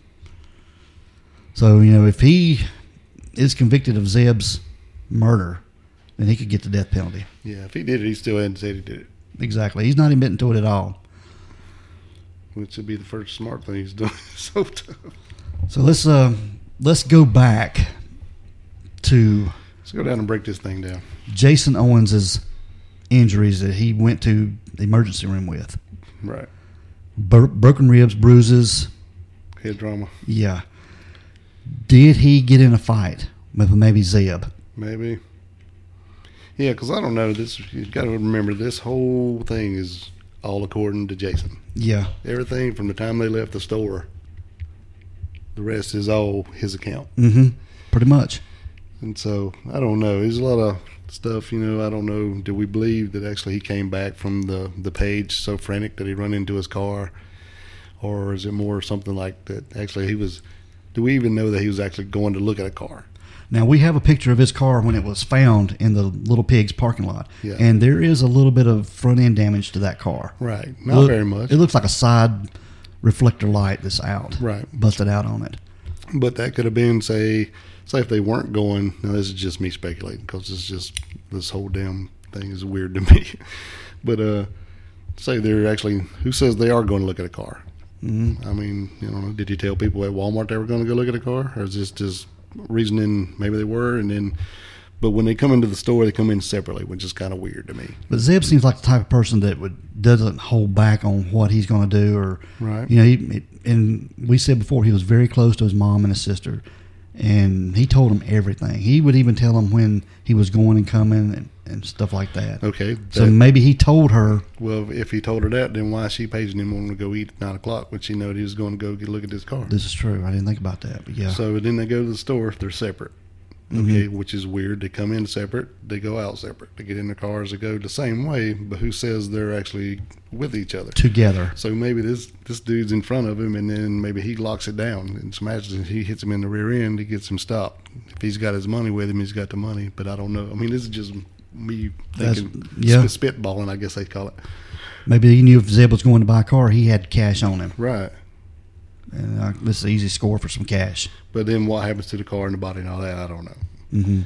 S1: So you know, if he is convicted of Zeb's murder, then he could get the death penalty.
S2: Yeah. If he did it, he still hadn't said he did it,
S1: Exactly. He's not admitting to it at all.
S2: which would be the first smart thing he's done. so tough.
S1: So let's uh, let's go back to
S2: Let's go down and break this thing down.
S1: Jason Owens's injuries that he went to the emergency room with:
S2: Right.
S1: Bur- broken ribs, bruises.
S2: Head drama.
S1: Yeah. Did he get in a fight with maybe Zeb?
S2: Maybe. Yeah, because I don't know. This you've got to remember. This whole thing is all according to Jason.
S1: Yeah.
S2: Everything from the time they left the store. The rest is all his account,
S1: Mm-hmm. Pretty much.
S2: and so I don't know. There's a lot of stuff, you know. I don't know. Do we believe that actually he came back from the the page so frantic that he run into his car, or is it more something like that? Actually, he was. Do we even know that he was actually going to look at a car?
S1: Now we have a picture of his car when it was found in the Little Pig's parking lot,
S2: Yeah.
S1: and there is a little bit of front end damage to that car.
S2: Right. Not
S1: Look-
S2: very much.
S1: It looks like a side reflector light that's out,
S2: Right.
S1: busted out on it.
S2: But that could have been, say, say if they weren't going. Now this is just me speculating because it's just this whole damn thing is weird to me. but uh, say they're actually who says they are going to look at a car? mm I mean, you know, did you tell people at Walmart they were going to go look at a car, or is this just reasoning? Maybe they were, and then. But when they come into the store, they come in separately, which is kind of weird to me.
S1: But Zeb seems like the type of person that would doesn't hold back on what he's going to do, or
S2: Right.
S1: You know, he, and we said before he was very close to his mom and his sister, and he told them everything. He would even tell them when he was going and coming and, and stuff like that.
S2: Okay.
S1: So
S2: that-
S1: maybe he told her,
S2: well, if he told her that, then why is she paging him wanting to go eat at nine o'clock when she knowed he was going to go get, look at this car?
S1: "This is true. I didn't think about that." But yeah, Mm-hmm.
S2: So then they go to the store. They're separate. Okay, which is weird. They come in separate. They go out separate. They get in their cars. They go the same way. But who says they're actually with each other?
S1: together.
S2: So maybe this this dude's in front of him, and then maybe he locks it down and smashes it. He hits him in the rear end. He gets him stopped. If he's got his money with him, he's got the money. But I don't know. I mean, this is just me
S1: That's-
S2: thinking,
S1: yeah.
S2: sp- spitballing. I guess they call it.
S1: Maybe he knew if Zeb was going to buy a car, he had cash on him,
S2: Right.
S1: and uh, this is an easy score for some cash.
S2: But then what happens to the car and the body and all that? I don't know.
S1: hmm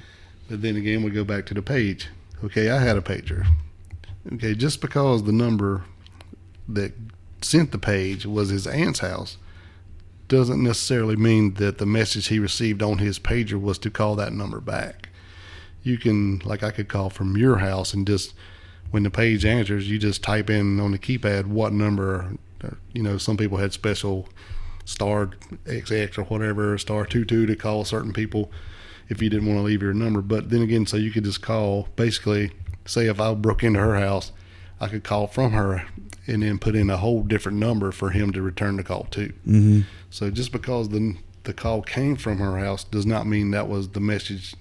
S2: But then again, we go back to the page. Okay, I had a pager. Okay, just because the number that sent the page was his aunt's house doesn't necessarily mean that the message he received on his pager was to call that number back. You can, like, I could call from your house and just when the page answers, you just type in on the keypad what number. or, You know, some people had special star XX or whatever, star two two to call certain people if you didn't want to leave your number. But then again, so you could just call basically, say if I broke into her house, I could call from her and then put in a whole different number for him to return the call to.
S1: Mm-hmm.
S2: So just because the the call came from her house does not mean that was the message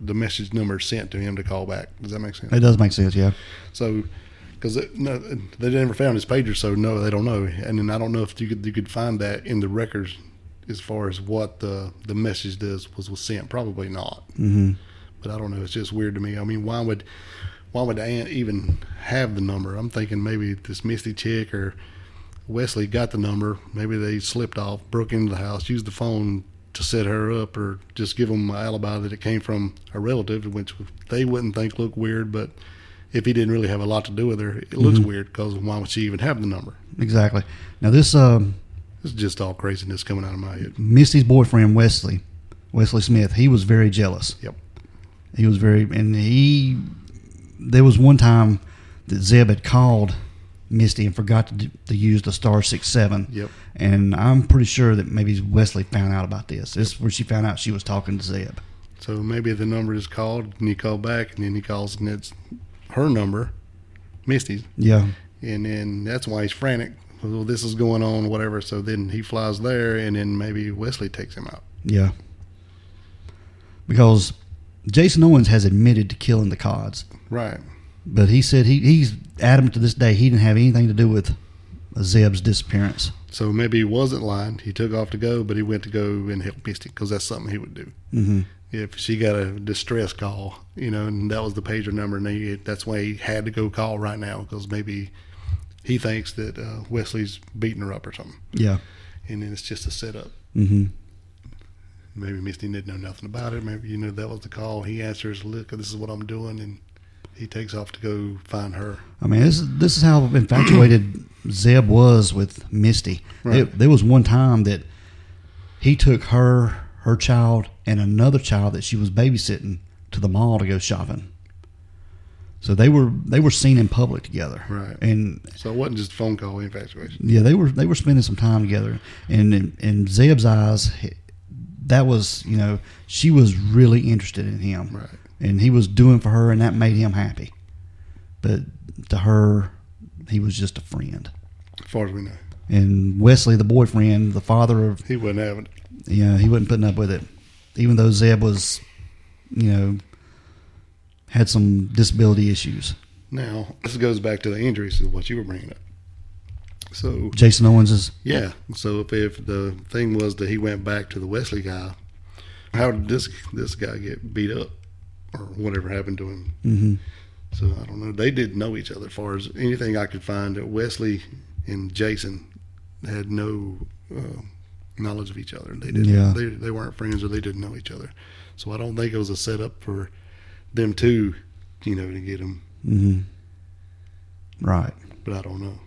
S2: the message number sent to him to call back. Does that make sense?
S1: It does make sense, yeah.
S2: So, because no, they never found his pager, so no, they don't know. And then I don't know if you could you could find that in the records as far as what the the message does was was sent. Probably not,
S1: Mm-hmm.
S2: but I don't know. It's just weird to me. I mean, why would why would Aunt even have the number? I'm thinking maybe this Misty chick or Wesley got the number. Maybe they slipped off, broke into the house, used the phone to set her up, or just give them an alibi that it came from a relative, which they wouldn't think looked weird. But if he didn't really have a lot to do with her, it looks
S1: Mhm.
S2: weird because why would she even have the number?
S1: Exactly. Now, this um,
S2: It's just all craziness coming out of my head.
S1: Misty's boyfriend, Wesley, Wesley Smith, he was very jealous.
S2: Yep.
S1: He was very, and he, there was one time that Zeb had called Misty and forgot to, d- to use the star six seven.
S2: Yep.
S1: And I'm pretty sure that maybe Wesley found out about this. This is where she found out she was talking to Zeb.
S2: So maybe the number is called, and he called back, and then he calls, and it's her number, Misty's.
S1: Yeah.
S2: and then that's why he's frantic. Well, this is going on, whatever. So then he flies there, and then maybe Wesley takes him out.
S1: Yeah. Because Jason Owens has admitted to killing the Cods,
S2: Right.
S1: but he said he, he's adamant to this day he didn't have anything to do with Zeb's disappearance.
S2: So maybe he wasn't lying. He took off to go, but he went to go and help Misty because that's something he would do.
S1: Mm-hmm.
S2: If she got a distress call, you know, and that was the pager number, and he, that's why he had to go call right now because maybe he thinks that uh, Wesley's beating her up or something,
S1: Yeah.
S2: and then it's just a setup.
S1: Mm-hmm.
S2: Maybe Misty didn't know nothing about it. Maybe you know that was the call. He answers, "Look, this is what I'm doing," and he takes off to go find her.
S1: I mean, this is this is how infatuated Zeb was with Misty. There,
S2: Right.
S1: there was one time that he took her, her child, and another child that she was babysitting to the mall to go shopping. So they were they were seen in public together,
S2: Right.
S1: And
S2: So it wasn't just a phone call infatuation.
S1: yeah, they were they were spending some time together, and in, in Zeb's eyes, he- that was you know she was really interested in him,
S2: Right.
S1: and he was doing for her, and that made him happy. But to her, he was just a friend.
S2: As far as we know,
S1: And Wesley, the boyfriend, the father of,
S2: he wasn't having it.
S1: you know, he wasn't putting up with it, even though Zeb was, you know, had some disability issues.
S2: Now this goes back to the injuries of what you were bringing up. So
S1: Jason Owens is
S2: yeah. So if, if the thing was that he went back to the Wesley guy, how did this this guy get beat up or whatever happened to him?
S1: mhm,
S2: So I don't know. They didn't know each other. As far as anything I could find, that Wesley and Jason had no uh, knowledge of each other. They didn't.
S1: Yeah.
S2: They, they weren't friends, or they didn't know each other. So I don't think it was a setup for them two, you know, to get him.
S1: mhm. mm-hmm. right.
S2: But I don't know.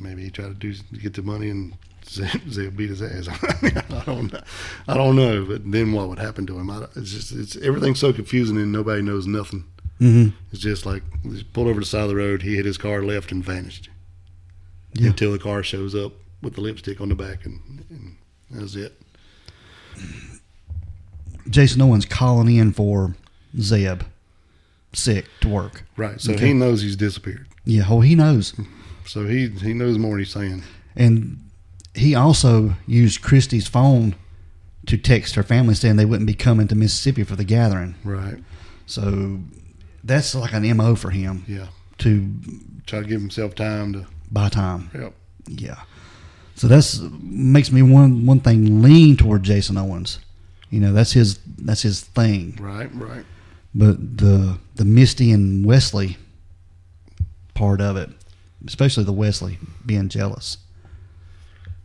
S2: Maybe he tried to do get the money and Zeb, Zeb beat his ass. I, mean, I don't know. I don't know. But then what would happen to him? I, it's just it's everything's so confusing and nobody knows nothing.
S1: Mm-hmm.
S2: It's just like he pulled over to the side of the road. He hit his car left and vanished
S1: Yeah.
S2: until the car shows up with the lipstick on the back, and, and that was it.
S1: Jason Owens calling in for Zeb, sick to work.
S2: Right. So
S1: Okay.
S2: he knows he's disappeared.
S1: Yeah, oh, he knows,
S2: So he he knows more than he's saying.
S1: and he also used Christie's phone to text her family saying they wouldn't be coming to Mississippi for the gathering.
S2: Right.
S1: So that's like an mo for him
S2: Yeah.
S1: to
S2: Try to give himself time to
S1: buy time.
S2: help.
S1: Yeah, so that's makes me one one thing lean toward Jason Owens. You know, that's his that's his thing.
S2: Right. Right.
S1: but the the Misty and Wesley part of it, especially the Wesley being jealous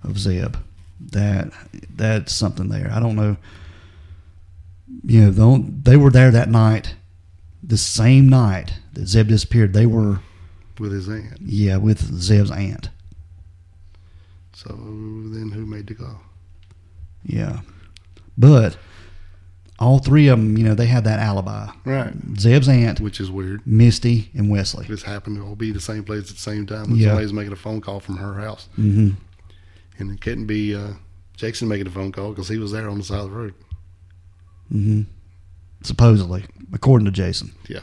S1: of Zeb, that that's something there. I don't know. You know, the on- they were there that night, the same night that Zeb disappeared. They were
S2: With his aunt.
S1: yeah with Zeb's aunt.
S2: So then who made the call?
S1: Yeah. But all three of them, you know, they had that alibi.
S2: Right.
S1: Zeb's aunt,
S2: Which is weird.
S1: Misty, and Wesley.
S2: This happened to all be the same place at the same time. when
S1: Yeah.
S2: Somebody's making a phone call from her house.
S1: hmm
S2: And it couldn't be uh, Jackson making a phone call because he was there on the side of the road.
S1: hmm Supposedly, according to Jason.
S2: Yeah.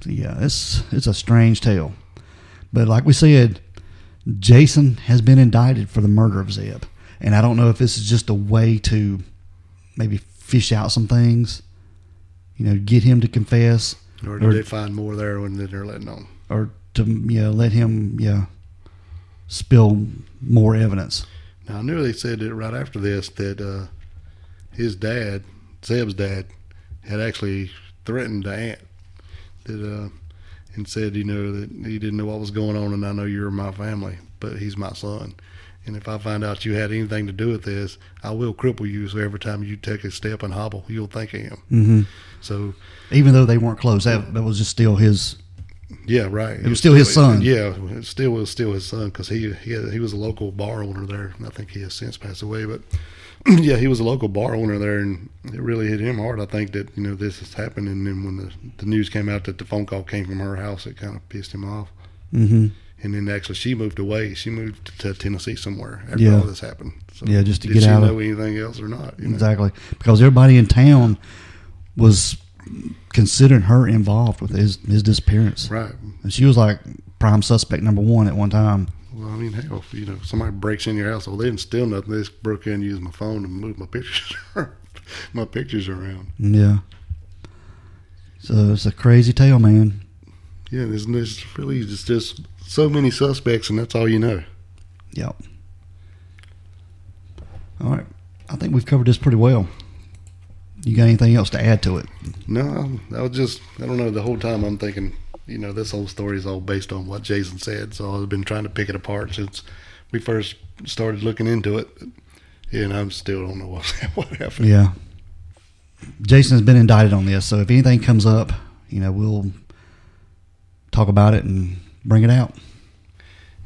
S1: So, yeah, it's it's a strange tale. But like we said, Jason has been indicted for the murder of Zeb. And I don't know if this is just a way to maybe fish out some things, you know, get him to confess
S2: Or did
S1: Or-
S2: they find more there when they're letting on?
S1: or to, you know, let him, you know, spill more evidence.
S2: Now, I knew they said it right after this that uh, his dad, Zeb's dad, had actually threatened the aunt that, uh, and said, you know, that he didn't know what was going on, and I know you're my family, but he's my son. And if I find out you had anything to do with this, I will cripple you. So every time you take a step and hobble, you'll think of him.
S1: hmm
S2: So,
S1: Even though they weren't close, that, that was just still his.
S2: yeah, right. It
S1: was still his son.
S2: Yeah, it still was still his son because he he, had, he was a local bar owner there. And I think he has since passed away, but yeah, he was a local bar owner there, and it really hit him hard. I think that you know this has happened, and then when the, the news came out that the phone call came from her house, it kind of pissed him off.
S1: hmm
S2: And then actually, she moved away. She moved to Tennessee somewhere after
S1: Yeah.
S2: all this happened. So
S1: Yeah, just to
S2: did
S1: get
S2: she
S1: out of-
S2: know anything else or not? You know?
S1: Exactly. Because everybody in town was considering her involved with his, his disappearance.
S2: Right.
S1: And she was like prime suspect number one at one time.
S2: Well, I mean, hell, if, you know, somebody breaks in your house, well, they didn't steal nothing. They just broke in, used my phone, and moved my pictures, my pictures around.
S1: Yeah. So it's a crazy tale, man.
S2: Yeah, there's, there's really just, just so many suspects, and that's all you know.
S1: Yep. All right. I think we've covered this pretty well. You got anything else to add to it?
S2: No, I was just, I don't know, the whole time I'm thinking, you know, this whole story is all based on what Jason said. So I've been trying to pick it apart since we first started looking into it. And I'm still don't know what, what happened.
S1: Yeah. Jason has been indicted on this, so if anything comes up, you know, we'll talk about it and bring it out.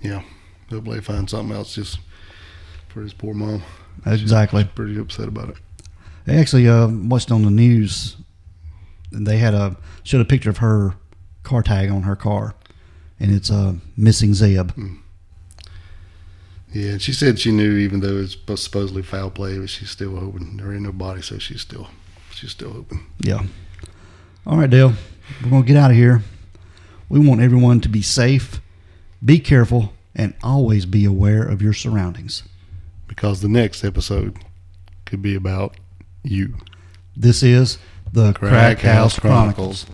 S2: Yeah. Hopefully, they find something else just for his poor mom.
S1: Exactly.
S2: Pretty upset about it.
S1: They actually uh, watched on the news. and They had a showed a picture of her car tag on her car, and it's uh, missing Zeb.
S2: Yeah, and she said she knew, even though it's supposed- supposedly foul play, but she's still hoping there ain't no body, so she's still, she's still hoping.
S1: Yeah. All right, Dale. We're gonna get out of here. We want everyone to be safe, be careful, and always be aware of your surroundings.
S2: Because the next episode could be about you.
S1: This is the Crack, House Chronicles.